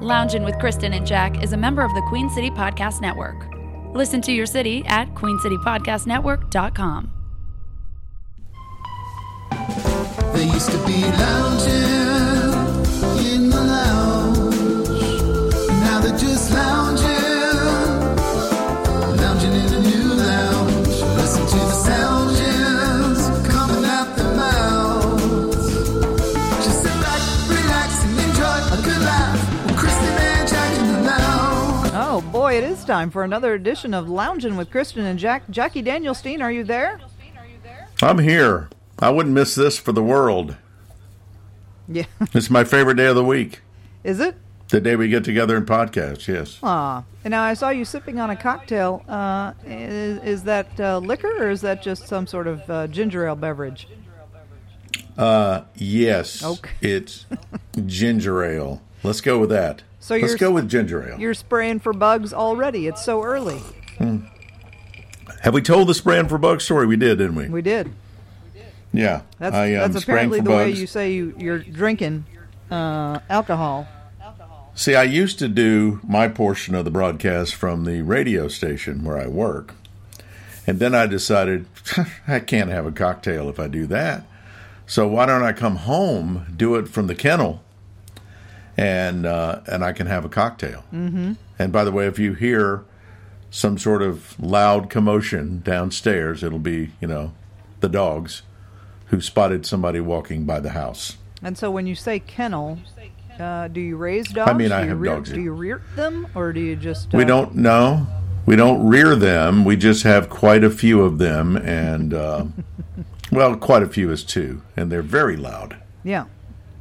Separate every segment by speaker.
Speaker 1: Lounging with Kristen and Jack is a member of the Queen City Podcast Network. Listen to your city at queencitypodcastnetwork.com.
Speaker 2: They used to be lounging in the lounge. Now they're just lounging, lounging in a new lounge. Listen to the sound gems coming out their mouths. Just sit back, relax, and enjoy a good laugh. With Kristen and Jack in the lounge.
Speaker 3: Oh boy, it is time for another edition of Lounging with Kristen and Jack. Jackie Danielstein, are you there?
Speaker 4: I'm here. I wouldn't miss this for the world.
Speaker 3: Yeah,
Speaker 4: It's my favorite day of the week.
Speaker 3: is it?
Speaker 4: The day we get together and podcast, yes.
Speaker 3: Ah, and now I saw you sipping on a cocktail. Uh, is, is that uh, liquor or is that just some sort of uh, ginger ale beverage?
Speaker 4: Yes.
Speaker 3: Okay.
Speaker 4: It's ginger ale. Let's go with that.
Speaker 3: So
Speaker 4: Let's
Speaker 3: you're-
Speaker 4: go with ginger ale.
Speaker 3: You're spraying for bugs already. It's so early.
Speaker 4: Have we told the spraying for bugs story? We did, didn't we?
Speaker 3: We did.
Speaker 4: yeah.
Speaker 3: That's,
Speaker 4: I um,
Speaker 3: that's
Speaker 4: spraying
Speaker 3: apparently
Speaker 4: for
Speaker 3: the way
Speaker 4: bugs.
Speaker 3: you say you, you're drinking uh, alcohol.
Speaker 4: See, I used to do my portion of the broadcast from the radio station where I work. And then I decided I can't have a cocktail if I do that. So why don't I come home, do it from the kennel, and uh, and I can have a cocktail. Mm-hmm. And by the way, if you hear some sort of loud commotion downstairs, it'll be you know the dogs who spotted somebody walking by the house.
Speaker 3: And so when you say kennel, uh, do you raise dogs?
Speaker 4: mean,
Speaker 3: do
Speaker 4: I
Speaker 3: you
Speaker 4: have
Speaker 3: rear,
Speaker 4: dogs here.
Speaker 3: Do you rear them or do you just.
Speaker 4: We
Speaker 3: uh,
Speaker 4: don't know. We don't rear them. We just have quite a few of them, and uh, well, quite a few is two, and they're very loud.
Speaker 3: Yeah.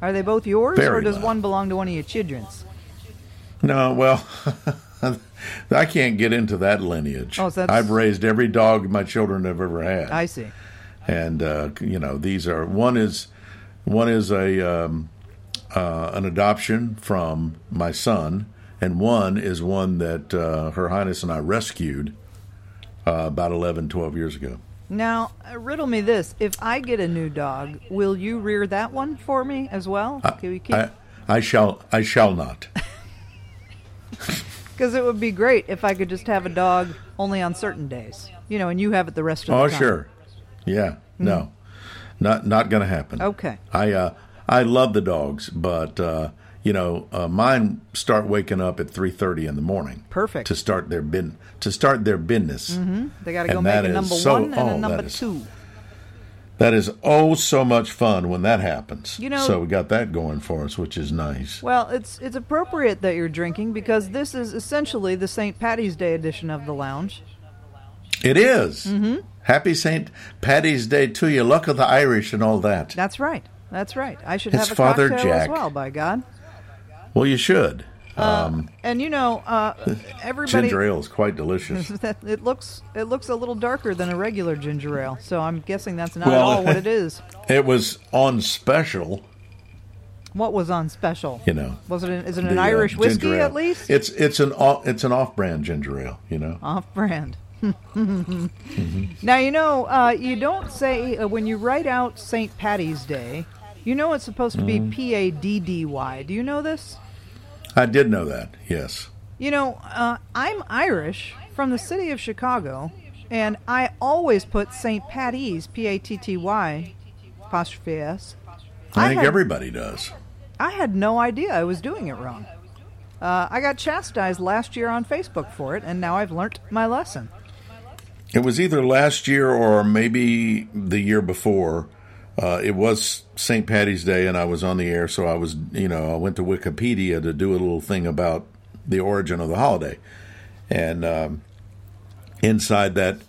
Speaker 3: Are they both yours, or
Speaker 4: Very
Speaker 3: does
Speaker 4: loud.
Speaker 3: one belong to one of your children's?
Speaker 4: No, well, I can't get into that lineage.
Speaker 3: Oh, so that's-
Speaker 4: I've raised every dog my children have ever had,
Speaker 3: I see.
Speaker 4: and uh, you know these are one is one is a um, uh, an adoption from my son, and one is one that uh, Her Highness and I rescued uh, about 11, 12 years ago.
Speaker 3: Now, uh, riddle me this: If I get a new dog, will you rear that one for me as well? Can we keep?
Speaker 4: Uh, I, I shall I shall not.
Speaker 3: Because it would be great if I could just have a dog only on certain days, you know, and you have it the rest of the
Speaker 4: Oh
Speaker 3: time.
Speaker 4: sure. Yeah. No. Not not gonna happen.
Speaker 3: Hmm. Okay.
Speaker 4: I uh I love the dogs, but uh you know, uh, mine start waking up at three thirty in the morning.
Speaker 3: Perfect.
Speaker 4: To start their bin to start their business. Mm-hmm.
Speaker 3: They got to go
Speaker 4: And
Speaker 3: make
Speaker 4: that
Speaker 3: a
Speaker 4: is
Speaker 3: number
Speaker 4: so-
Speaker 3: one and
Speaker 4: oh,
Speaker 3: a number
Speaker 4: that is-
Speaker 3: two.
Speaker 4: That is oh so much fun when that happens.
Speaker 3: You know-
Speaker 4: so we got that going for us, which is nice.
Speaker 3: Well, it's it's appropriate that you're drinking because this is essentially the St. Patty's Day edition of the lounge.
Speaker 4: It Mm-hmm. Happy Saint Patty's Day to you. Luck of the Irish and all that.
Speaker 3: That's right. That's right. I should
Speaker 4: His
Speaker 3: have a
Speaker 4: father,
Speaker 3: cocktail as
Speaker 4: Jack.
Speaker 3: well. By God.
Speaker 4: Well, you should.
Speaker 3: And you know, uh, everybody.
Speaker 4: Ginger ale is quite delicious.
Speaker 3: That, it looks it looks a little darker than a regular ginger ale, so I'm guessing that's not
Speaker 4: Well-
Speaker 3: at all what it is.
Speaker 4: It was on special,
Speaker 3: What was on special?
Speaker 4: you know.
Speaker 3: was it an, is it
Speaker 4: the,
Speaker 3: an
Speaker 4: uh,
Speaker 3: Irish whiskey
Speaker 4: ginger ale.
Speaker 3: at least?
Speaker 4: It's it's an o- it's an off-brand ginger ale, you know.
Speaker 3: Off brand.
Speaker 4: Mm-hmm.
Speaker 3: Now you know uh, you don't say uh, when you write out St. Patty's Day. You know it's supposed to be
Speaker 4: Mm-hmm.
Speaker 3: P A D D Y. Do you know this?
Speaker 4: I did know that. Yes.
Speaker 3: You know, uh, I'm Irish from the city of Chicago, and I always put St. Patty's P A T T Y apostrophe S.
Speaker 4: I, think
Speaker 3: had-
Speaker 4: everybody does.
Speaker 3: I had no idea I was doing it wrong. Uh, I got chastised last year on Facebook for it, and now I've learnt my lesson.
Speaker 4: It was either last year or maybe the year before. Uh, it was St. Patty's Day, and I was on the air, so I was, you know, I went to Wikipedia to do a little thing about the origin of the holiday. And um, inside that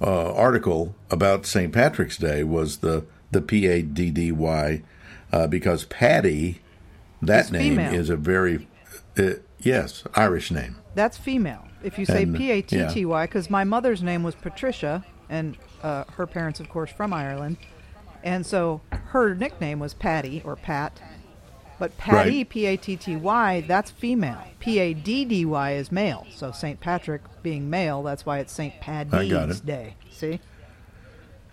Speaker 4: uh, article about St. Patrick's Day was the the P A D D Y, uh, because Patty, that
Speaker 3: It's
Speaker 4: name
Speaker 3: female.
Speaker 4: is a very, uh, yes, Irish name.
Speaker 3: That's female. If you say
Speaker 4: And, uh,
Speaker 3: P A T T Y, because my mother's name was Patricia, and uh, her parents, of course, from Ireland, and so her nickname was Patty or Pat. But Patty,
Speaker 4: Right.
Speaker 3: P A T T Y, that's female. P A D D Y is male. So St. Patrick being male, that's why it's St. Paddy's
Speaker 4: it.
Speaker 3: Day. See?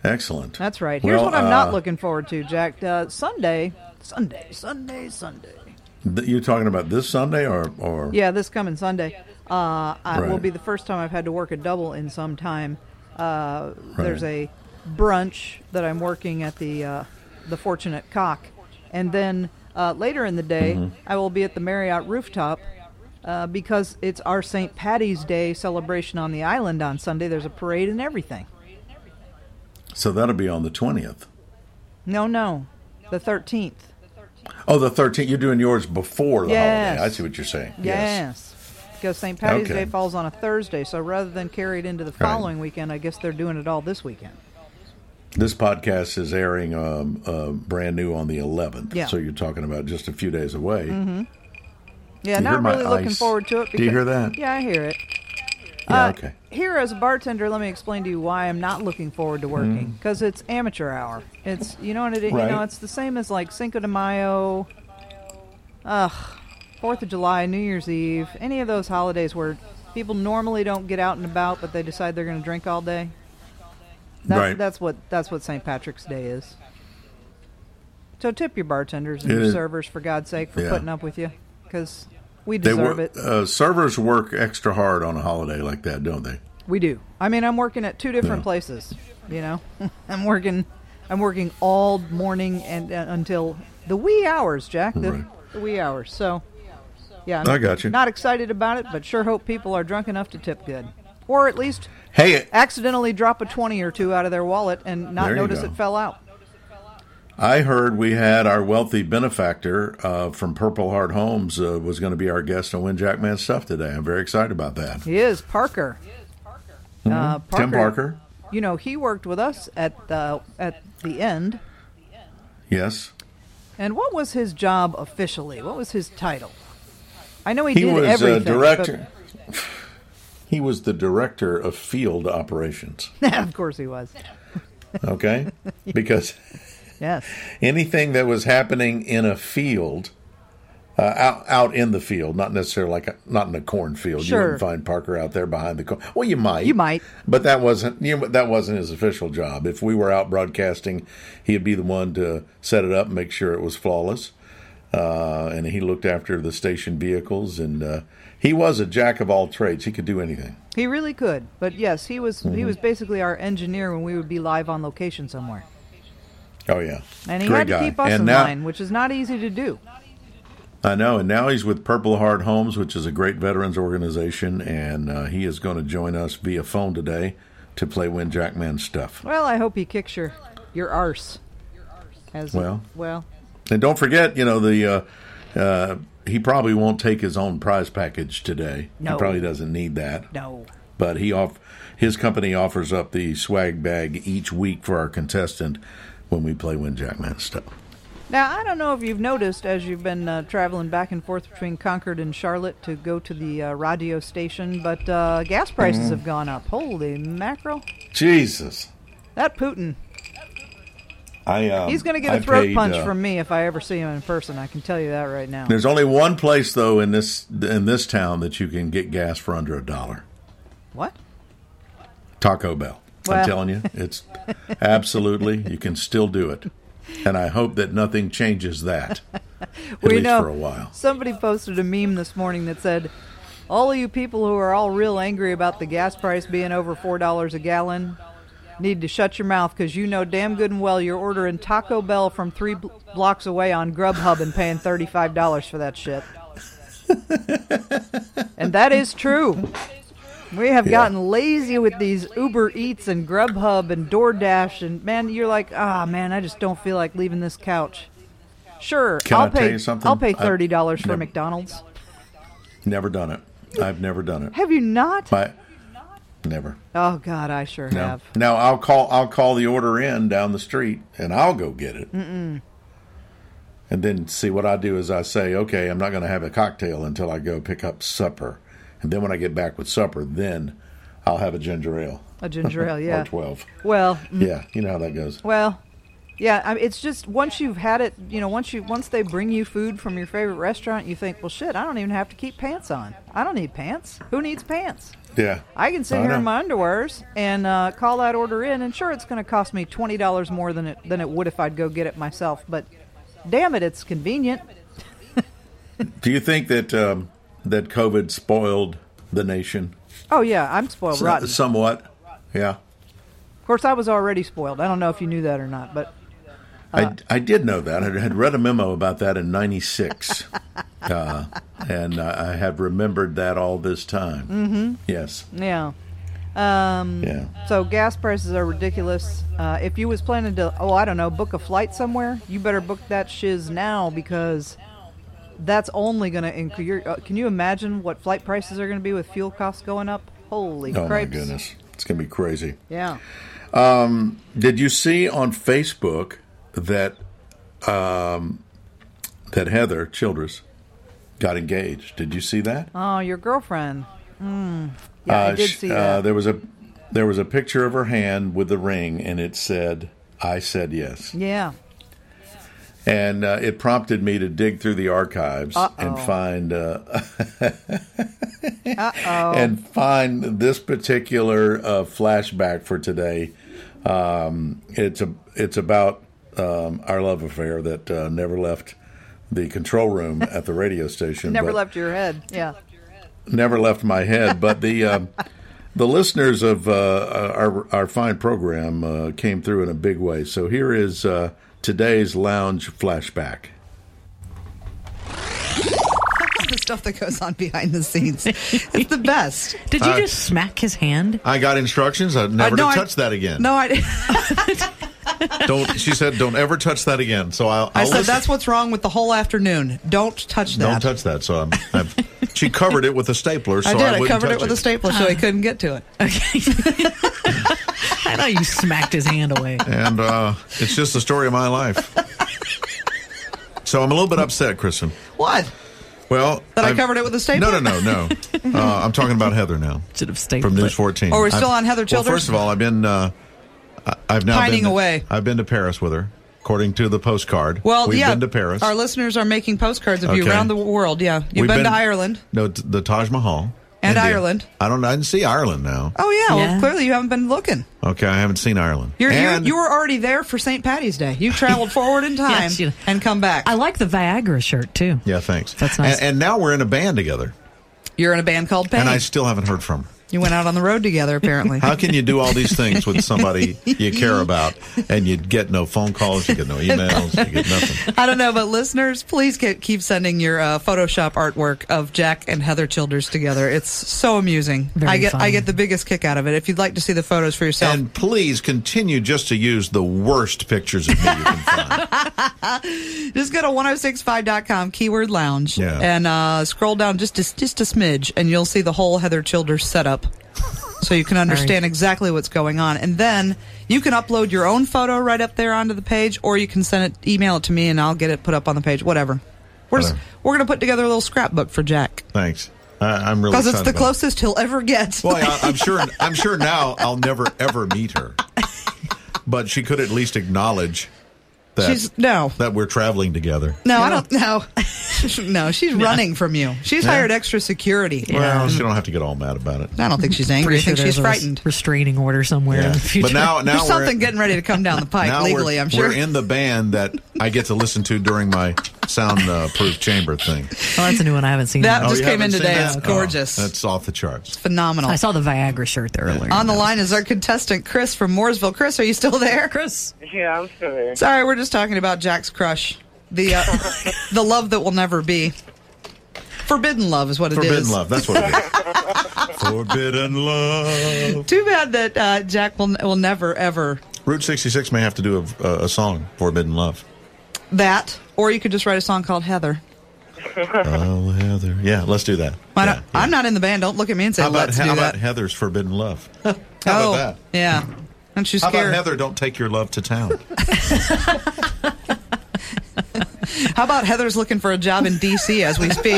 Speaker 4: Excellent.
Speaker 3: That's right. Here's
Speaker 4: Well,
Speaker 3: what I'm not
Speaker 4: uh,
Speaker 3: looking forward to, Jack. Uh, Sunday, Sunday, Sunday, Sunday.
Speaker 4: Th- You're talking about this Sunday or or
Speaker 3: Yeah, this coming Sunday. Uh, I will
Speaker 4: Right.
Speaker 3: be the first time I've had to work a double in some time. Uh, There's a brunch that I'm working at the uh, the Fortunate Cock, and then uh, later in the day
Speaker 4: Mm-hmm.
Speaker 3: I will be at the Marriott rooftop. Uh, because it's our St. Patty's Day celebration on the island on Sunday. There's a parade and everything.
Speaker 4: so that'll be on the twentieth.
Speaker 3: No, no, the 13th.
Speaker 4: Oh, the thirteenth. You're doing yours before the
Speaker 3: Yes.
Speaker 4: holiday. I see what you're saying.
Speaker 3: Yes. Because St. Patty's Day
Speaker 4: Okay.
Speaker 3: falls on a Thursday, so rather than carry it into the following weekend, I guess they're doing it all this weekend.
Speaker 4: This podcast is airing um, uh, brand new on the 11th.
Speaker 3: Yeah. Mm-hmm.
Speaker 4: So you're talking about just a few days away.
Speaker 3: Yeah,
Speaker 4: You hear
Speaker 3: not
Speaker 4: my
Speaker 3: really looking
Speaker 4: ice?
Speaker 3: forward to it.
Speaker 4: Do you hear that?
Speaker 3: Yeah, I hear it.
Speaker 4: Yeah,
Speaker 3: Uh,
Speaker 4: okay.
Speaker 3: Here, as a bartender, let me explain to you why I'm not looking forward to working because it's amateur hour. It's you know what it is. You know,
Speaker 4: Mm. Right.
Speaker 3: it's the same as like Cinco de Mayo, ugh, Fourth of July, New Year's Eve, any of those holidays where people normally don't get out and about, but they decide they're going to drink all day. That's,
Speaker 4: Right.
Speaker 3: That's what that's what St. Patrick's Day is. So tip your bartenders and
Speaker 4: It
Speaker 3: your
Speaker 4: is-
Speaker 3: servers for God's sake for
Speaker 4: Yeah.
Speaker 3: putting up with you, because we
Speaker 4: They
Speaker 3: deserve
Speaker 4: work,
Speaker 3: it.
Speaker 4: uh, servers work extra hard on a holiday like that, don't they?
Speaker 3: We do. I mean, I'm working at two different
Speaker 4: Yeah.
Speaker 3: places. You know, I'm working, I'm working all morning and uh, until the wee hours, Jack. The,
Speaker 4: Right.
Speaker 3: the wee hours. So, yeah, I'm
Speaker 4: I got you.
Speaker 3: Not excited about it, but sure hope people are drunk enough to tip good, or at least
Speaker 4: Hey,
Speaker 3: accidentally drop a twenty or two out of their wallet and not
Speaker 4: There you
Speaker 3: notice
Speaker 4: go.
Speaker 3: it fell out.
Speaker 4: I heard we had our wealthy benefactor uh, from Purple Heart Homes uh, was going to be our guest on Win Jackman Stuff today. I'm very excited about that.
Speaker 3: He is Parker. Uh, Parker.
Speaker 4: Mm-hmm. Tim Parker,
Speaker 3: You know, he worked with us at the at the end.
Speaker 4: yes.
Speaker 3: And what was his job officially? What was his title? I know he,
Speaker 4: He
Speaker 3: did
Speaker 4: was a
Speaker 3: everything.
Speaker 4: director. He was the director of field operations.
Speaker 3: but- of course he was.
Speaker 4: Okay, because
Speaker 3: Yes.
Speaker 4: anything that was happening in a field, uh, out out in the field, not necessarily like a, not in a cornfield.
Speaker 3: Sure.
Speaker 4: You wouldn't find Parker out there behind the corn. Well, you might.
Speaker 3: You might.
Speaker 4: But that wasn't you know, that wasn't his official job. If we were out broadcasting, he'd be the one to set it up, and make sure it was flawless. Uh, and he looked after the station vehicles, and uh, he was a jack of all trades. He could do anything.
Speaker 3: He really could. But yes, he was
Speaker 4: Mm-hmm.
Speaker 3: he was basically our engineer when we would be live on location somewhere.
Speaker 4: Oh yeah,
Speaker 3: And he
Speaker 4: Great
Speaker 3: had to
Speaker 4: guy.
Speaker 3: keep us
Speaker 4: And
Speaker 3: in
Speaker 4: now-
Speaker 3: line, which is not easy to do.
Speaker 4: I know, and now he's with Purple Heart Homes, which is a great veterans organization, and uh, he is going to join us via phone today to play Win Jackman stuff.
Speaker 3: Well, I hope he kicks your your arse. As
Speaker 4: Well.
Speaker 3: well,
Speaker 4: And don't forget, you know the uh, uh, he probably won't take his own prize package today.
Speaker 3: No.
Speaker 4: He probably doesn't need that.
Speaker 3: no.
Speaker 4: But he off his company offers up the swag bag each week for our contestant when we play Win Jackman stuff.
Speaker 3: Now I don't know if you've noticed as you've been uh, traveling back and forth between Concord and Charlotte to go to the uh, radio station, but uh, gas
Speaker 4: Mm-hmm.
Speaker 3: prices have gone up. Holy mackerel!
Speaker 4: Jesus,
Speaker 3: That Putin,
Speaker 4: I um,
Speaker 3: he's going to get
Speaker 4: I
Speaker 3: a throat
Speaker 4: paid,
Speaker 3: punch
Speaker 4: uh,
Speaker 3: from me if I ever see him in person. I can tell you that right now.
Speaker 4: There's only one place though in this in this town that you can get gas for under a dollar.
Speaker 3: What?
Speaker 4: Taco Bell.
Speaker 3: Well.
Speaker 4: I'm telling you, it's absolutely you can still do it, and I hope that nothing changes that. At
Speaker 3: We
Speaker 4: least
Speaker 3: know
Speaker 4: for a while.
Speaker 3: somebody posted a meme this morning that said, "All of you people who are all real angry about the gas price being over four dollars a gallon." Need to shut your mouth because you know damn good and well you're ordering Taco Bell from three bl- blocks away on Grubhub and paying $35 for that shit. and that is true. We have gotten lazy with these Uber Eats and Grubhub and DoorDash, and man, you're like, ah, man, I just don't feel like leaving this couch. Sure,
Speaker 4: Can
Speaker 3: I'll
Speaker 4: I
Speaker 3: pay.
Speaker 4: tell you something?
Speaker 3: I'll pay
Speaker 4: I-
Speaker 3: thirty dollars for
Speaker 4: Never-
Speaker 3: McDonald's.
Speaker 4: Never done it. I've never done it.
Speaker 3: Have you not?
Speaker 4: My, never.
Speaker 3: Oh God, I sure
Speaker 4: No.
Speaker 3: have.
Speaker 4: Now I'll call. I'll call the order in down the street, and I'll go get it. Mm-mm. And then see what I do is I say, okay, I'm not going to have a cocktail until I go pick up supper, and then when I get back with supper, then I'll have a ginger ale
Speaker 3: A ginger ale,
Speaker 4: or
Speaker 3: yeah.
Speaker 4: twelve.
Speaker 3: Well, mm,
Speaker 4: Yeah, you know how that goes.
Speaker 3: well, yeah. I it's just once you've had it, you know, once you once they bring you food from your favorite restaurant, you think, well, shit, I don't even have to keep pants on. I don't need pants. Who needs pants?
Speaker 4: Yeah.
Speaker 3: I can sit
Speaker 4: I
Speaker 3: here in
Speaker 4: know.
Speaker 3: my underwears and uh, call that order in, and sure, it's going to cost me twenty dollars more than it than it would if I'd go get it myself. But damn it, it's convenient.
Speaker 5: Do you think that um, that COVID spoiled the nation
Speaker 6: Oh yeah, I'm spoiled
Speaker 5: So-
Speaker 6: rotten.
Speaker 5: somewhat? Yeah,
Speaker 6: Of course, I was already spoiled. I don't know if you knew that or not, but
Speaker 3: Uh.
Speaker 5: I I did know that. I had read a memo about that in '96, uh, and I I have remembered that all this time. Mm-hmm. Yes.
Speaker 6: yeah.
Speaker 3: Mm.
Speaker 5: Yeah.
Speaker 6: So gas prices are ridiculous. Uh, if you was planning to, oh, I don't know, book a flight somewhere, you better book that shiz now because that's only going to increase. Uh, can you imagine what flight prices are going to be with fuel costs going up? Holy
Speaker 5: Oh
Speaker 6: cripes!
Speaker 5: my goodness, it's gonna be crazy.
Speaker 6: Yeah.
Speaker 5: Did you see on Facebook that um, that Heather Childress got engaged? Did you see that?
Speaker 6: Oh, your girlfriend. Mm. Yeah, I
Speaker 5: Uh,
Speaker 6: did
Speaker 5: sh-
Speaker 6: see
Speaker 5: Uh,
Speaker 6: that.
Speaker 5: there was a there was a picture of her hand with the ring, and it said, "I said yes."
Speaker 6: yeah.
Speaker 5: And uh, it prompted me to dig through the archives and
Speaker 6: Uh-oh.
Speaker 5: find uh,
Speaker 6: Uh oh.
Speaker 5: and find this particular uh, flashback for today. Um, it's a it's about um, our love affair that uh, never left the control room at the radio station.
Speaker 6: Never
Speaker 5: but-
Speaker 6: left your head. Yeah.
Speaker 5: never left my head. But the um, the listeners of uh, our our fine program uh, came through in a big way. So here is uh, today's lounge flashback.
Speaker 3: the stuff that goes on behind the scenes. It's the best.
Speaker 7: Did you just smack his hand?
Speaker 4: I got instructions. I never
Speaker 3: Uh, no,
Speaker 4: to
Speaker 3: I-
Speaker 4: touch that again.
Speaker 3: No, I,
Speaker 4: don't. She said, "Don't ever touch that again." So I'll, I'll
Speaker 3: I said
Speaker 4: listen.
Speaker 3: that's what's wrong with the whole afternoon. Don't touch
Speaker 4: don't
Speaker 3: that.
Speaker 4: touch that. So I'm, I've, she covered it with a stapler. So
Speaker 3: I
Speaker 4: I,
Speaker 3: did. I,
Speaker 4: wouldn't
Speaker 3: covered
Speaker 4: touch
Speaker 3: it with a stapler so
Speaker 7: Ah.
Speaker 3: he couldn't get to it.
Speaker 7: Okay. I thought you smacked his hand away.
Speaker 4: And uh, it's just the story of my life. so I'm a little bit upset, Kristen.
Speaker 3: What?
Speaker 4: Well,
Speaker 3: That I
Speaker 4: I've-
Speaker 3: covered it with a stapler?
Speaker 4: No, no, no, no. Uh, I'm talking about Heather now
Speaker 7: Should have stayed.
Speaker 4: from News 14.
Speaker 3: Are we still
Speaker 4: I've-
Speaker 3: on Heather Childers?
Speaker 4: Well, first of all, I've been. Uh, I- I've now
Speaker 3: Pining
Speaker 4: been to-
Speaker 3: away.
Speaker 4: I've been to Paris with her, according to the postcard.
Speaker 3: Well,
Speaker 4: we've
Speaker 3: yeah.
Speaker 4: been to Paris.
Speaker 3: Our listeners are making postcards of you
Speaker 4: Okay.
Speaker 3: around the world. Yeah, you've
Speaker 4: We've
Speaker 3: been, to Ireland.
Speaker 4: No, t- the Taj Mahal
Speaker 3: And
Speaker 4: India.
Speaker 3: Ireland.
Speaker 4: I don't. I didn't see Ireland now.
Speaker 3: Oh yeah.
Speaker 7: Yeah.
Speaker 3: Well, clearly you haven't been looking.
Speaker 4: Okay, I haven't seen Ireland.
Speaker 3: Oh. You're, you're,
Speaker 4: and
Speaker 3: you were already there for St. Patty's Day. You traveled forward in time
Speaker 7: Yes, you-
Speaker 3: and come back.
Speaker 7: I like the Viagra shirt too.
Speaker 4: yeah, thanks.
Speaker 7: That's nice.
Speaker 4: And, and now we're in a band together,
Speaker 3: You're in a band called Pain.
Speaker 4: and I still haven't heard from her.
Speaker 3: you went out on the road together, apparently.
Speaker 4: How can you do all these things with somebody you care about, and you get no phone calls, you get no emails, you get nothing?
Speaker 3: I don't know, but listeners, please ke- keep sending your uh, Photoshop artwork of Jack and Heather Childers together. It's so amusing.
Speaker 7: Very
Speaker 3: I get
Speaker 7: fun.
Speaker 3: I get the biggest kick out of it. If you'd like to see the photos for yourself,
Speaker 4: And please continue just to use the worst pictures of me you can find.
Speaker 3: just go to 1065.com keyword lounge
Speaker 4: Yeah.
Speaker 3: and uh, scroll down just a, just a smidge and you'll see the whole Heather Childers setup. So you can understand exactly what's going on, and then you can upload your own photo right up there onto the page, or you can send it, email it to me, and I'll get it put up on the page. Whatever. We're just,
Speaker 4: Whatever.
Speaker 3: we're gonna put together a little scrapbook for Jack.
Speaker 4: Thanks. I, I'm really
Speaker 3: Because it's
Speaker 4: excited
Speaker 3: the
Speaker 4: about it.
Speaker 3: closest he'll ever get.
Speaker 4: Well, I, I'm sure. I'm sure now I'll never ever meet her, but she could at least acknowledge that
Speaker 3: She's- no.
Speaker 4: that we're traveling together.
Speaker 3: no, I don't know. no, she's running from you. She's hired extra security.
Speaker 4: Well, she don't have to get all mad about it.
Speaker 3: I don't think she's angry. I think she's
Speaker 7: there's a res-
Speaker 3: frightened.
Speaker 7: restraining order somewhere
Speaker 4: Yeah.
Speaker 7: in the future.
Speaker 4: But now, now
Speaker 3: There's
Speaker 4: we're
Speaker 3: something getting ready to come down the pike
Speaker 4: now
Speaker 3: legally,
Speaker 4: we're,
Speaker 3: I'm sure.
Speaker 4: we're in the band that I get to listen to during my soundproof chamber thing.
Speaker 7: oh, that's a new one I haven't seen.
Speaker 3: That
Speaker 7: Oh,
Speaker 3: just
Speaker 4: you
Speaker 3: came in
Speaker 4: haven't seen
Speaker 3: today.
Speaker 4: that?
Speaker 3: It's
Speaker 4: Oh,
Speaker 3: gorgeous.
Speaker 4: that's off the charts.
Speaker 3: Phenomenal.
Speaker 7: I saw the Viagra shirt there earlier.
Speaker 3: On the line is our contestant, Chris from Mooresville. Chris, are you still there?
Speaker 7: Chris.
Speaker 8: Yeah, I'm still there.
Speaker 3: Sorry, we're just talking about Jack's crush. The uh, the love that will never be. Forbidden love is what it is.
Speaker 4: Forbidden love. That's what it is. Forbidden love.
Speaker 3: Too bad that uh, Jack will will never ever
Speaker 4: Route 66 may have to do a, a, a song, Forbidden Love.
Speaker 3: that, or you could just write a song called Heather.
Speaker 4: Oh, Heather. Yeah, let's do that.
Speaker 3: Why
Speaker 4: Yeah,
Speaker 3: not-
Speaker 4: yeah.
Speaker 3: I'm not in the band. Don't look at me and say,
Speaker 4: How about,
Speaker 3: let's do
Speaker 4: how
Speaker 3: that.
Speaker 4: about Heather's Forbidden Love? How
Speaker 3: oh,
Speaker 4: about that?
Speaker 3: yeah. Aren't you
Speaker 4: How
Speaker 3: scared?
Speaker 4: about Heather, don't take your love to town?
Speaker 3: How about Heather's looking for a job in D.C. as we speak?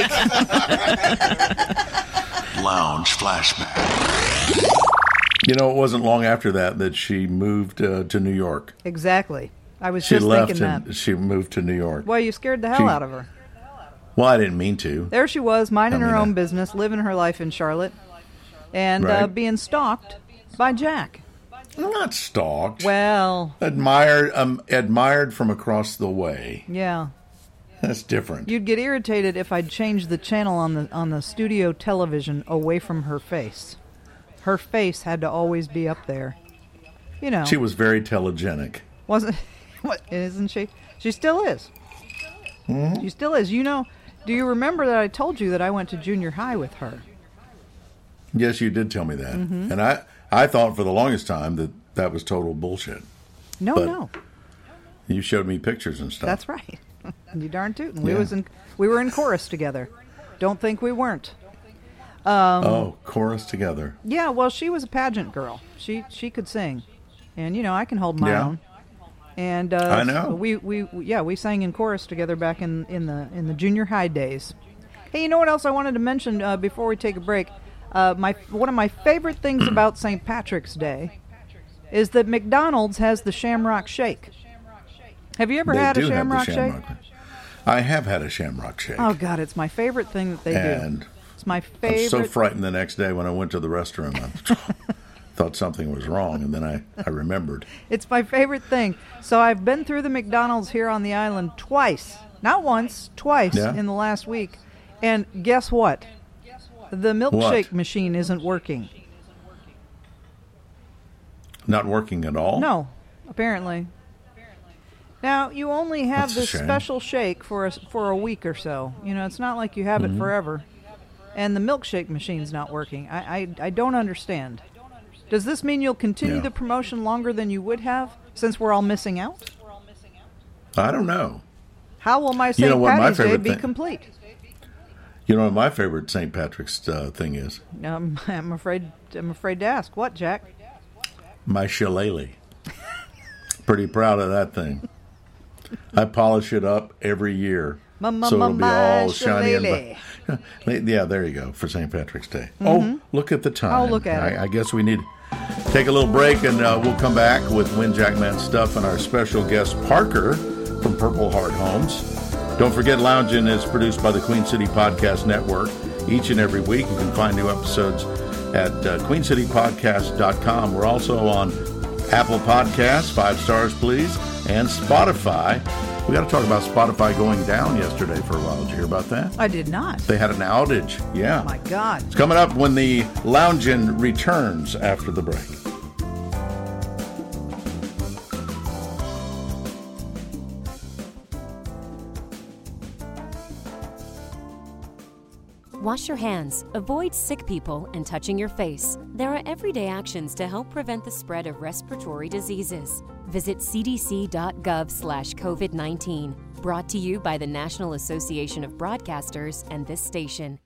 Speaker 4: Lounge flashback.
Speaker 5: You know, it wasn't long after that that she moved uh, to New York.
Speaker 6: Exactly. I was
Speaker 5: She
Speaker 6: just
Speaker 5: left
Speaker 6: thinking
Speaker 5: and
Speaker 6: that.
Speaker 5: she moved to New York.
Speaker 6: Well, you scared the hell
Speaker 5: She-
Speaker 6: out of her.
Speaker 5: Well, I didn't mean to.
Speaker 6: There she was, minding
Speaker 5: I
Speaker 6: her
Speaker 5: mean,
Speaker 6: own
Speaker 5: I-
Speaker 6: business, living her life in Charlotte, and
Speaker 5: Right.
Speaker 6: uh, being stalked by Jack.
Speaker 5: I'm not stalked.
Speaker 6: Well,
Speaker 5: admired, um, admired from across the way.
Speaker 6: yeah.
Speaker 4: That's different.
Speaker 3: You'd get irritated if I'd change the channel on the on the studio television away from her face. Her face had to always be up there. You know,
Speaker 4: she was very telegenic.
Speaker 3: wasn't what isn't she? She still is. She still is. You know, do you remember that I told you that I went to junior high with her?
Speaker 4: Yes, you did tell me that,
Speaker 3: Mm-hmm.
Speaker 4: and I I thought for the longest time that that was total bullshit.
Speaker 3: No,
Speaker 4: But-
Speaker 3: no.
Speaker 4: You showed me pictures and stuff.
Speaker 3: That's right. you darn tootin'. We
Speaker 4: Yeah.
Speaker 3: was in we were in chorus together. Don't think we weren't.
Speaker 4: oh, chorus together.
Speaker 3: Yeah, well, she was a pageant girl. She she could sing, and you know I can hold my
Speaker 4: Yeah.
Speaker 3: own. And uh,
Speaker 4: I know.
Speaker 3: so we, we we- yeah we sang in chorus together back in in the in the junior high days. Hey, you know what else I wanted to mention uh, before we take a break? Uh, my one of my favorite things about St. Patrick's Day is that McDonald's has the Shamrock Shake. Have you ever
Speaker 4: They
Speaker 3: had a
Speaker 4: do
Speaker 3: Shamrock,
Speaker 4: have the shamrock.
Speaker 3: Shake?
Speaker 4: I have had a shamrock shake,
Speaker 3: Oh God, it's my favorite thing that they
Speaker 4: and
Speaker 3: do. It's my
Speaker 4: I
Speaker 3: favorite.
Speaker 4: was so frightened the next day when I went to the restroom. I thought something was wrong, and then I I remembered.
Speaker 3: It's my favorite thing. So I've been through the McDonald's here on the island twice. Not once, twice
Speaker 4: Yeah.
Speaker 3: in the last week. And guess what? The milkshake
Speaker 4: What?
Speaker 3: machine isn't working.
Speaker 4: Not working at all.
Speaker 3: No, apparently. Now, you only have
Speaker 4: That's a
Speaker 3: this
Speaker 4: shame.
Speaker 3: special shake for a, for a week or so. You know, it's not like you have
Speaker 4: Mm-hmm.
Speaker 3: it forever. And the milkshake machine's not working. I, I, I don't understand. Does this mean you'll continue
Speaker 4: Yeah.
Speaker 3: the promotion longer than you would have since we're all missing out?
Speaker 4: I don't know.
Speaker 3: How will my St.
Speaker 4: know what my
Speaker 3: Patty's Day
Speaker 4: favorite
Speaker 3: be
Speaker 4: thing-
Speaker 3: complete?
Speaker 4: You know what my favorite St. Patrick's uh, thing is?
Speaker 3: Um, I'm afraid. I'm afraid to ask. What, Jack?
Speaker 4: My shillelagh. Pretty proud of that thing. I polish it up every year.
Speaker 3: My- my-
Speaker 4: so it'll
Speaker 3: my-
Speaker 4: be
Speaker 3: my
Speaker 4: all shiny and bright. Yeah, there you go for St. Patrick's Day. Oh, look at the time.
Speaker 3: Mm-hmm. look at
Speaker 4: I,
Speaker 3: it.
Speaker 4: I guess we need to take a little break and uh, we'll come back with Win Jackman stuff and our special guest Parker from Purple Heart Homes. Don't forget Loungin is produced by the Queen City Podcast Network. Each and every week you can find new episodes at uh, queencitypodcast.com. We're also on Apple Podcasts, five stars please, and Spotify. We got to talk about Spotify going down yesterday for a while. Did you hear about that?
Speaker 3: I did not.
Speaker 4: They had an outage. Yeah.
Speaker 3: Oh my God.
Speaker 4: It's coming up when the Loungin returns after the break.
Speaker 9: Wash your hands, avoid sick people, and touching your face. There are everyday actions to help prevent the spread of respiratory diseases. Visit cdc.gov slash COVID-19. Brought to you by the National Association of Broadcasters and this station.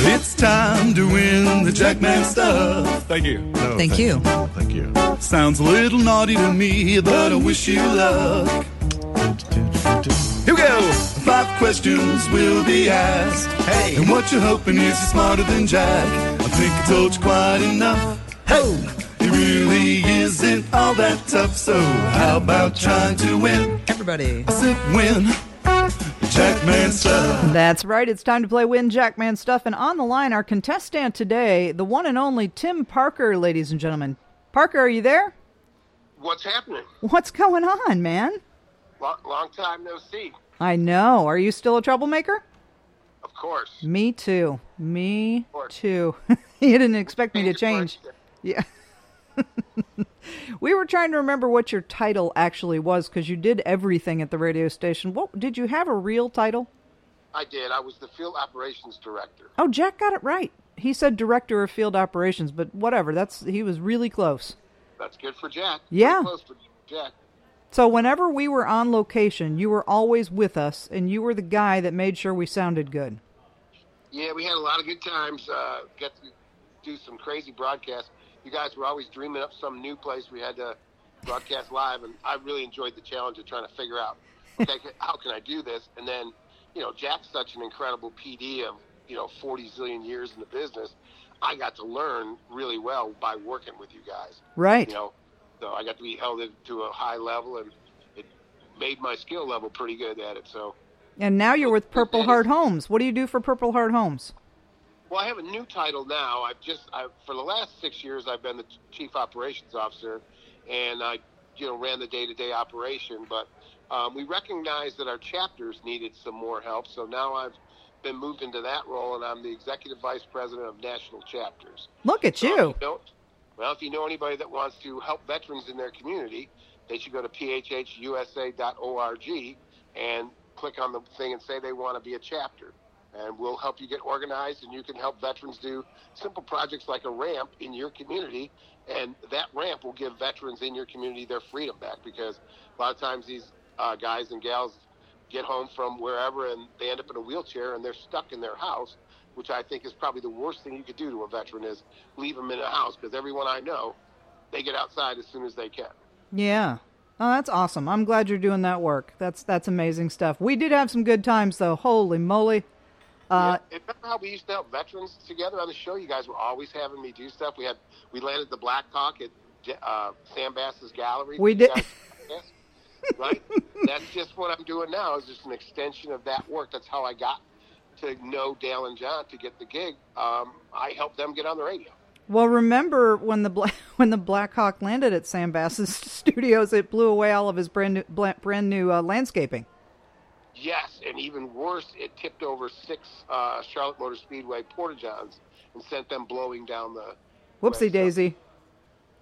Speaker 10: It's time to win the Jackman stuff. Uh, Thank you.
Speaker 4: Oh,
Speaker 11: No,
Speaker 12: Thank you.
Speaker 11: Thank you.
Speaker 10: Sounds a little naughty to me, but I wish you luck. Here we go. Five questions will be asked. Hey. And what you're hoping is you're smarter than Jack. I think I told you quite enough. Hey. It really isn't all that tough, so how about trying to win?
Speaker 12: Everybody.
Speaker 10: I said win. Jackman stuff.
Speaker 3: That's right. It's time to play Win Jackman stuff. And on the line, our contestant today, the one and only Tim Parker, ladies and gentlemen. Parker, are you there?
Speaker 13: What's happening?
Speaker 3: What's going on, man?
Speaker 13: Long, long time no see.
Speaker 3: I know. Are you still a troublemaker?
Speaker 13: Of course.
Speaker 3: Me too. Me
Speaker 13: course.
Speaker 3: too. you didn't expect me to
Speaker 13: Change
Speaker 3: change.
Speaker 13: your
Speaker 3: Yeah. we were trying to remember what your title actually was because you did everything at the radio station. What did you have a real title?
Speaker 13: I did. I was the field operations director.
Speaker 3: Oh, Jack got it right. He said director of field operations, but whatever. That's he was really close.
Speaker 13: That's good for Jack.
Speaker 3: Yeah.
Speaker 13: Pretty Close for Jack.
Speaker 3: So whenever we were on location, you were always with us, and you were the guy that made sure we sounded good.
Speaker 13: Yeah, we had a lot of good times. Uh, got to do some crazy broadcasts. You guys were always dreaming up some new place we had to broadcast live, and I really enjoyed the challenge of trying to figure out, okay, how can I do this? And then, you know, Jack's such an incredible PD of, you know, 40 zillion years in the business. I got to learn really well by working with you guys.
Speaker 3: Right.
Speaker 13: you know so i got to be held to a high level and it made my skill level pretty good at it so
Speaker 3: And now you're with Purple Heart Homes. What do you do for Purple Heart Homes?
Speaker 13: well i have a new title now i've just I, for the last six years i've been the chief operations officer and i you know ran the day to day operation. But um, we recognized that our chapters needed some more help, so now I've been moved into that role, and I'm the executive vice president of national chapters.
Speaker 3: Look at you.
Speaker 13: Don't, well, if you know anybody that wants to help veterans in their community, they should go to phhusa.org and click on the thing and say they want to be a chapter. And we'll help you get organized, and you can help veterans do simple projects like a ramp in your community. And that ramp will give veterans in your community their freedom back because a lot of times these uh, guys and gals get home from wherever and they end up in a wheelchair and they're stuck in their house, which I think is probably the worst thing you could do to a veteran is leave them in a house because everyone I know, they get outside as soon as they can.
Speaker 3: Yeah. Oh, that's awesome. I'm glad you're doing that work. That's that's amazing stuff. We did have some good times though. Holy moly. Uh,
Speaker 13: yeah, remember how we used to help veterans together on the show? You guys were always having me do stuff. We had we landed the Black Hawk at uh, Sam Bass's gallery.
Speaker 3: We
Speaker 13: You
Speaker 3: did-
Speaker 13: guys- yes, right? That's just what I'm doing now. Is just an extension of that work. That's how I got to know Dale and John to get the gig. Um, I helped them get on the radio.
Speaker 3: Well, remember when the Bla- when the Black Hawk landed at Sam Bass's studios, it blew away all of his brand new, bla- brand new uh, landscaping.
Speaker 13: Yes, and even worse, it tipped over six uh, Charlotte Motor Speedway porta johns and sent them blowing down the.
Speaker 3: Whoopsie daisy.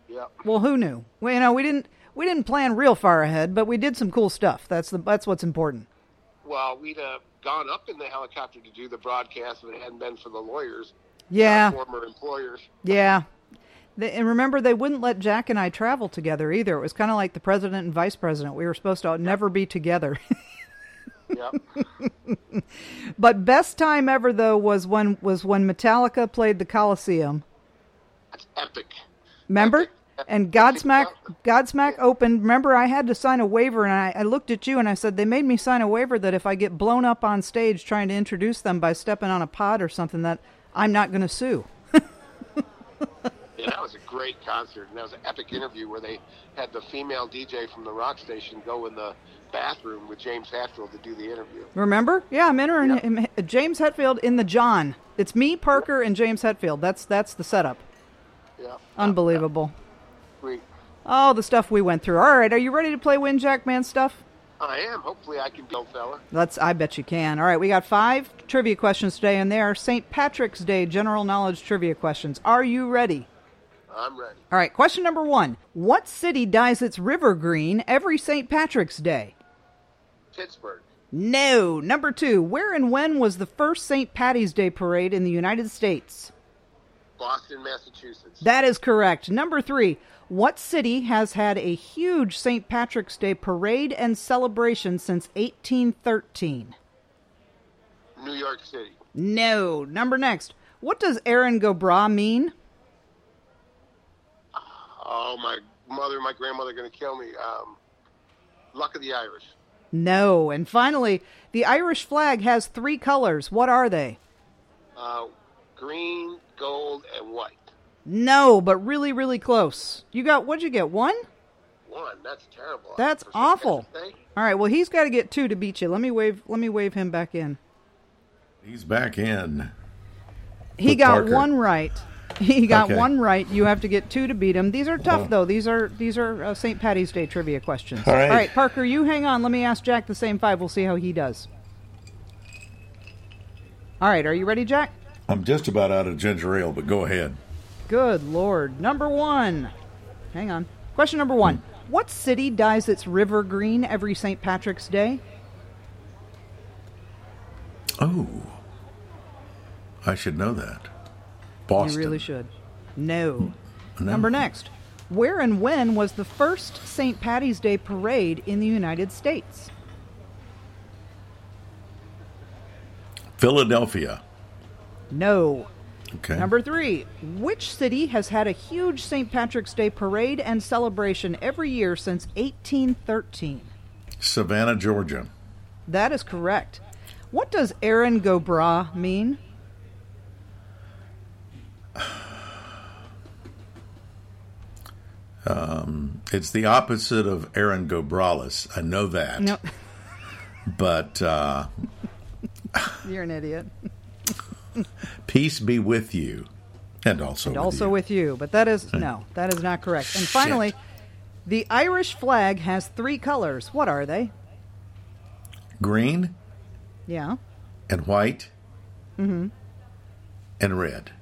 Speaker 13: Yep.
Speaker 3: Well, who knew? Well, you know, we didn't we didn't plan real far ahead, but we did some cool stuff. That's the that's what's important.
Speaker 13: Well, we'd have gone up in the helicopter to do the broadcast if it hadn't been for the lawyers.
Speaker 3: Yeah.
Speaker 13: our former employers.
Speaker 3: Yeah. They, and remember, they wouldn't let Jack and I travel together either. It was kind of like the president and vice president. We were supposed to never be together.
Speaker 13: Yep.
Speaker 3: but best time ever though was when was when Metallica played the Coliseum.
Speaker 13: Epic.
Speaker 3: Remember? And Godsmack Godsmack opened. Remember, I had to sign a waiver, and I, I looked at you and I said, "They made me sign a waiver that if I get blown up on stage trying to introduce them by stepping on a pod or something, that I'm not going to sue."
Speaker 13: Yeah, that was a great concert, and that was an epic interview where they had the female DJ from the rock station go in the bathroom with James Hatfield to do the interview.
Speaker 3: Remember? Yeah, I'm entering him- James Hetfield in the John. It's me, Parker, and James Hetfield. That's that's the setup.
Speaker 13: Yeah,
Speaker 3: Unbelievable.
Speaker 13: sweet.
Speaker 3: Oh, the stuff we went through. All right, are you ready to play Win Jack Man stuff?
Speaker 13: I am. Hopefully, I can be old fella.
Speaker 3: Let's. I bet you can. All right, we got five trivia questions today, and they are St. Patrick's Day general knowledge trivia questions. Are you ready?
Speaker 13: I'm ready.
Speaker 3: All right, question number one. What city dyes its river green every St. Patrick's Day?
Speaker 13: Pittsburgh,
Speaker 3: No. Number two. Where and when was the first St. Patty's Day parade in the United States?
Speaker 13: Boston, Massachusetts,
Speaker 3: That is correct. Number three. What city has had a huge St. Patrick's Day parade and celebration since 1813?
Speaker 13: New York City,
Speaker 3: No. Number next. What does Aaron go bra mean?
Speaker 13: Oh, my mother and my grandmother are going to kill me. Um, luck of the Irish.
Speaker 3: No. And finally, the Irish flag has three colors. What are they?
Speaker 13: Uh, green, gold, and white.
Speaker 3: No, but really, really close. You got, what'd you get? One?
Speaker 13: One. That's terrible.
Speaker 3: That's
Speaker 13: For St.
Speaker 3: awful.
Speaker 13: Patrick's Day?
Speaker 3: All right, well, he's got to get two to beat you. Let me wave, let me wave him back in.
Speaker 4: He's back in.
Speaker 3: He
Speaker 4: With
Speaker 3: got
Speaker 4: Parker.
Speaker 3: one right. He got
Speaker 4: Okay.
Speaker 3: one right. You have to get two to beat him. These are tough,
Speaker 4: Wow.
Speaker 3: though. These are these are uh, St. Patty's Day trivia questions.
Speaker 4: All right.
Speaker 3: All right, Parker, you hang on. Let me ask Jack the same five. We'll see how he does. All right, are you ready, Jack?
Speaker 4: I'm just about out of ginger ale, but go ahead.
Speaker 3: Good lord. Number one. Hang on. Question number one. What city dyes its river green every St. Patrick's Day?
Speaker 4: Oh, I should know that. Boston.
Speaker 3: You really should. No.
Speaker 4: No.
Speaker 3: Number next. Where and when was the first St. Patty's Day parade in the United States?
Speaker 4: Philadelphia.
Speaker 3: No.
Speaker 4: Okay.
Speaker 3: Number three. Which city has had a huge St. Patrick's Day parade and celebration every year since 1813?
Speaker 4: Savannah, Georgia.
Speaker 3: That is correct. What does Aaron go bra mean?
Speaker 4: Um, it's the opposite of Aaron Gobrales. I know that.
Speaker 3: No.
Speaker 4: But uh,
Speaker 3: You're an idiot.
Speaker 4: peace be with you. And also
Speaker 3: And
Speaker 4: with
Speaker 3: also
Speaker 4: you. Hmm.
Speaker 3: with you, but that is no, that is not correct. And finally, The Irish flag has three colors. What are they?
Speaker 4: Green
Speaker 3: Yeah.
Speaker 4: and white
Speaker 3: hmm
Speaker 4: and red.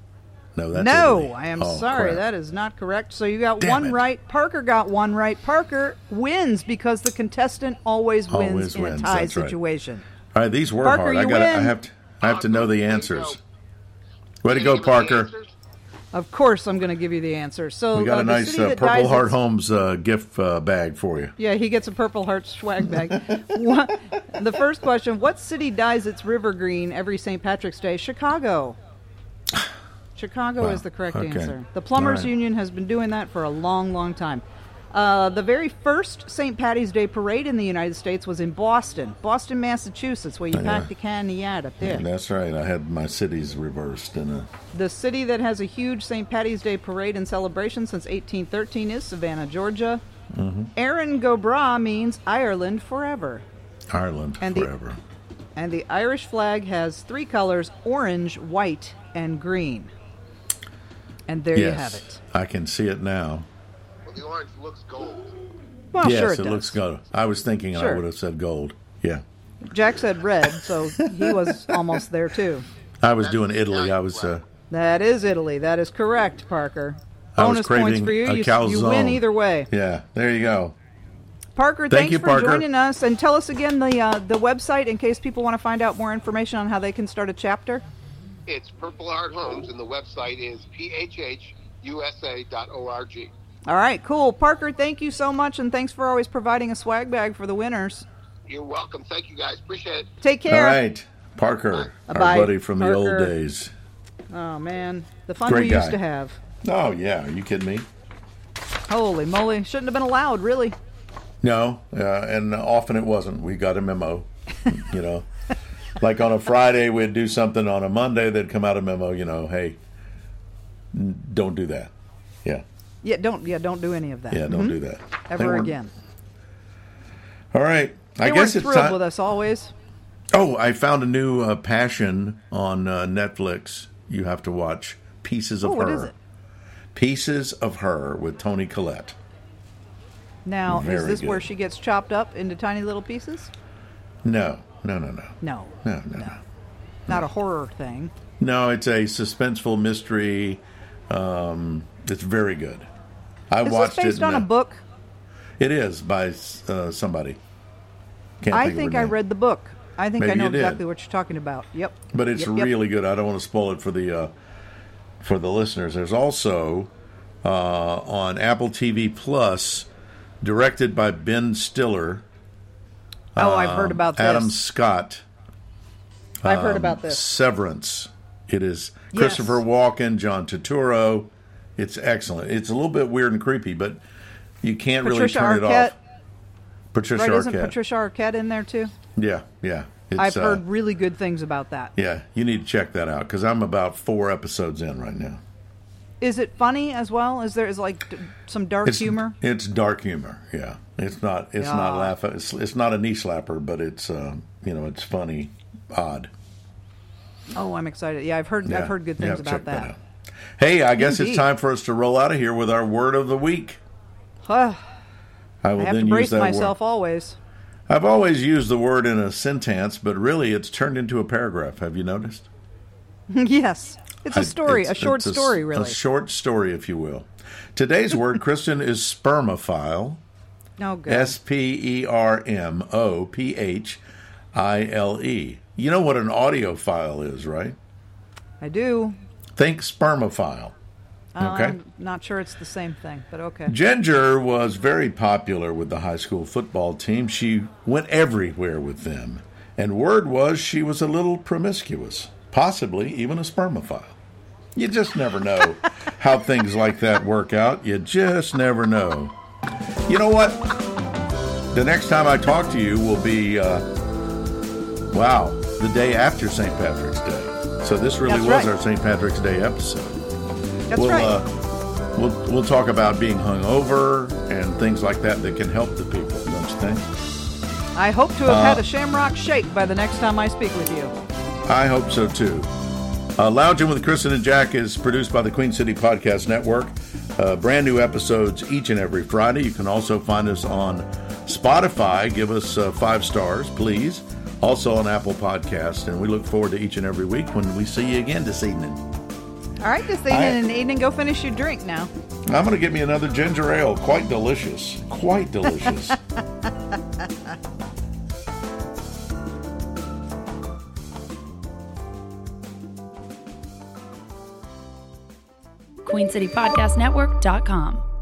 Speaker 4: No, that's
Speaker 3: no,
Speaker 4: Italy.
Speaker 3: I am
Speaker 4: Oh,
Speaker 3: sorry.
Speaker 4: crap.
Speaker 3: That is not correct. So you got
Speaker 4: Damn
Speaker 3: one
Speaker 4: it.
Speaker 3: right. Parker got one right. Parker wins because the contestant always wins
Speaker 4: Always
Speaker 3: in
Speaker 4: wins,
Speaker 3: a tie
Speaker 4: that's right.
Speaker 3: situation.
Speaker 4: All right, these were
Speaker 3: Parker,
Speaker 4: hard. I
Speaker 3: you
Speaker 4: got. I
Speaker 3: win.
Speaker 4: have to. I have to know the answers. Way to go, Parker.
Speaker 3: Of course, I'm going to give you the answer. So
Speaker 4: We got
Speaker 3: uh,
Speaker 4: a
Speaker 3: the
Speaker 4: nice
Speaker 3: city
Speaker 4: uh,
Speaker 3: that
Speaker 4: Purple
Speaker 3: dies
Speaker 4: Heart
Speaker 3: its-
Speaker 4: Homes uh, gift uh, bag for you.
Speaker 3: Yeah, he gets a Purple Heart swag bag. What- the first question What city dyes its river green every St. Patrick's Day? Chicago. Chicago
Speaker 14: Wow,
Speaker 3: is the correct
Speaker 14: okay.
Speaker 3: answer. The Plumbers
Speaker 14: All right.
Speaker 3: Union has been doing that for a long, long time. Uh, the very first St. Patty's Day parade in the United States was in Boston, Boston, Massachusetts, where you
Speaker 4: Yeah.
Speaker 3: packed the candy out up there.
Speaker 4: That's right. I had my cities reversed in uh, a.
Speaker 3: The city that has a huge St. Patty's Day parade and celebration since 1813 is Savannah, Georgia.
Speaker 14: Mm-hmm.
Speaker 4: mhm.
Speaker 3: Aaron Go Bra means Ireland forever.
Speaker 4: Ireland
Speaker 3: And the-
Speaker 4: forever.
Speaker 3: And the Irish flag has three colors orange, white, and green. And there
Speaker 4: yes,
Speaker 3: you have it.
Speaker 4: I can see it now.
Speaker 3: Well,
Speaker 4: yes,
Speaker 3: Oh, sure
Speaker 4: it,
Speaker 3: it, does.
Speaker 4: looks gold. I was thinking I
Speaker 3: Sure.
Speaker 4: would have said gold. Yeah,
Speaker 3: Jack said red, so he was almost there too.
Speaker 4: I was doing Italy. I was. Uh,
Speaker 3: That is Italy. That is correct, Parker.
Speaker 4: I was
Speaker 3: Bonus points
Speaker 4: craving
Speaker 3: for you.
Speaker 4: a
Speaker 3: You,
Speaker 4: calzone.
Speaker 3: you win either way.
Speaker 4: Yeah, there you go.
Speaker 3: Parker,
Speaker 4: Thank
Speaker 3: thanks
Speaker 4: you,
Speaker 3: for
Speaker 4: Parker.
Speaker 3: joining us. And tell us again the uh, the website in case people want to find out more information on how they can start a chapter.
Speaker 13: It's Purple Heart Homes, and the website is phhusa.org.
Speaker 3: All right, cool. Parker, thank you so much. And thanks for always providing a swag bag for the winners.
Speaker 13: You're welcome. Thank you guys. Appreciate it.
Speaker 3: Take care.
Speaker 4: All right, Parker,
Speaker 3: Bye.
Speaker 4: our buddy from the old
Speaker 3: Parker.
Speaker 4: days.
Speaker 3: Oh, man. The fun
Speaker 4: Great
Speaker 3: we
Speaker 4: guy.
Speaker 3: used to have.
Speaker 4: Oh yeah, are you kidding me?
Speaker 3: Holy moly. Shouldn't have been allowed, really.
Speaker 4: No, uh, and often it wasn't. We got a memo, you know. like on a Friday, we'd do something. On a Monday, they'd come out a memo, you know, hey, n- don't do that. Yeah,
Speaker 3: Yeah, don't yeah, don't do any of that.
Speaker 4: yeah, don't
Speaker 3: Mhm.
Speaker 4: do that. They
Speaker 3: Ever
Speaker 4: weren't-
Speaker 3: again.
Speaker 4: All right.
Speaker 3: They
Speaker 4: I
Speaker 3: weren't
Speaker 4: guess it's
Speaker 3: thrilled
Speaker 4: time.
Speaker 3: with us always.
Speaker 4: Oh, I found a new uh, passion on uh, Netflix. You have to watch Pieces of
Speaker 3: Oh,
Speaker 4: Her.
Speaker 3: what is it?
Speaker 4: Pieces of Her with Tony Collette.
Speaker 3: Now, is
Speaker 4: Very
Speaker 3: this where
Speaker 4: good.
Speaker 3: she gets chopped up into tiny little pieces?
Speaker 4: No, no, no, no.
Speaker 3: No.
Speaker 4: No, no, no.
Speaker 3: Not a horror thing.
Speaker 4: No, it's a suspenseful mystery. Um, it's very good. I
Speaker 3: is
Speaker 4: watched
Speaker 3: this based
Speaker 4: it.
Speaker 3: on a
Speaker 4: and, uh,
Speaker 3: book?
Speaker 4: It is by uh, somebody. Can't
Speaker 3: I
Speaker 4: think,
Speaker 3: think
Speaker 4: of her
Speaker 3: I
Speaker 4: name.
Speaker 3: read the book. I think I
Speaker 4: Maybe
Speaker 3: know
Speaker 4: you did.
Speaker 3: exactly what you're talking about. Yep.
Speaker 4: but it's
Speaker 3: Yep, yep.
Speaker 4: really good. I don't want to spoil it for the uh, for the listeners. There's also uh, on Apple TV Plus, directed by Ben Stiller.
Speaker 3: Oh, I've heard
Speaker 4: um,
Speaker 3: about this.
Speaker 4: Adam um, Scott.
Speaker 3: I've heard about this.
Speaker 4: Severance. It is
Speaker 3: Yes.
Speaker 4: Christopher Walken, John Turturro. It's excellent. It's a little bit weird and creepy, but you can't
Speaker 3: Patricia
Speaker 4: really turn
Speaker 3: Arquette.
Speaker 4: it off. Patricia
Speaker 3: right,
Speaker 4: Arquette.
Speaker 3: isn't Patricia Arquette in there too?
Speaker 4: yeah, yeah. It's,
Speaker 3: I've
Speaker 4: uh,
Speaker 3: heard really good things about that.
Speaker 4: yeah, you need to check that out because I'm about four episodes in right now.
Speaker 3: Is it funny as well? Is there is like d- some dark
Speaker 4: it's,
Speaker 3: humor?
Speaker 4: It's dark humor. Yeah, it's not. It's not
Speaker 3: Yeah.
Speaker 4: laugh. It's, it's not a knee slapper, but it's um, you know it's funny, odd.
Speaker 3: Oh, I'm excited. Yeah, I've heard
Speaker 4: Yeah,
Speaker 3: I've heard good
Speaker 4: you
Speaker 3: things
Speaker 4: have to
Speaker 3: about
Speaker 4: check that
Speaker 3: that.
Speaker 4: Hey, I guess it's
Speaker 3: Indeed.
Speaker 4: time for us to roll out of here with our word of the week.
Speaker 3: Huh.
Speaker 4: I
Speaker 3: I
Speaker 4: will
Speaker 3: have
Speaker 4: then
Speaker 3: to brace
Speaker 4: use that
Speaker 3: myself
Speaker 4: word.
Speaker 3: always.
Speaker 4: I've always used the word in a sentence, but really it's turned into a paragraph. Have you noticed?
Speaker 3: yes, it's
Speaker 4: I-
Speaker 3: a story,
Speaker 4: it's-
Speaker 3: a short
Speaker 4: it's s-
Speaker 3: story, really.
Speaker 4: A short story, if you will. Today's word, Kristen, is spermophile.
Speaker 3: no good.
Speaker 4: S P E R M O P H I L E. You know what an audiophile is, right?
Speaker 3: I do.
Speaker 4: Think spermophile.
Speaker 3: Uh,
Speaker 4: Okay.
Speaker 3: I'm not sure it's the same thing, but okay.
Speaker 4: Ginger was very popular with the high school football team. She went everywhere with them. And word was she was a little promiscuous, possibly even a spermophile. You just never know how things like that work out. You just never know. You know what? The next time I talk to you will be, uh, wow, the day after St. Patrick's Day. So this really
Speaker 3: That's
Speaker 4: was
Speaker 3: right.
Speaker 4: our St. Patrick's Day episode
Speaker 3: That's
Speaker 4: we'll,
Speaker 3: right.
Speaker 4: Uh, we'll we'll talk about being hungover and things like that that can help the people, don't you think?
Speaker 3: I hope to have
Speaker 4: uh,
Speaker 3: had a shamrock shake by the next time I speak with you.
Speaker 4: I hope so too. Uh, Lounging with Kristen and Jack is produced by the Queen City Podcast Network. Uh, brand new episodes each and every Friday. You can also find us on Spotify. Give us uh, five stars, please. Also on Apple Podcasts. And we look forward to each and every week when we see you again this evening.
Speaker 3: All right, this evening
Speaker 4: right.
Speaker 3: and evening, go finish your drink now.
Speaker 4: I'm going to get me another ginger ale. Quite delicious. Quite delicious.
Speaker 1: QueenCityPodcastNetwork.com.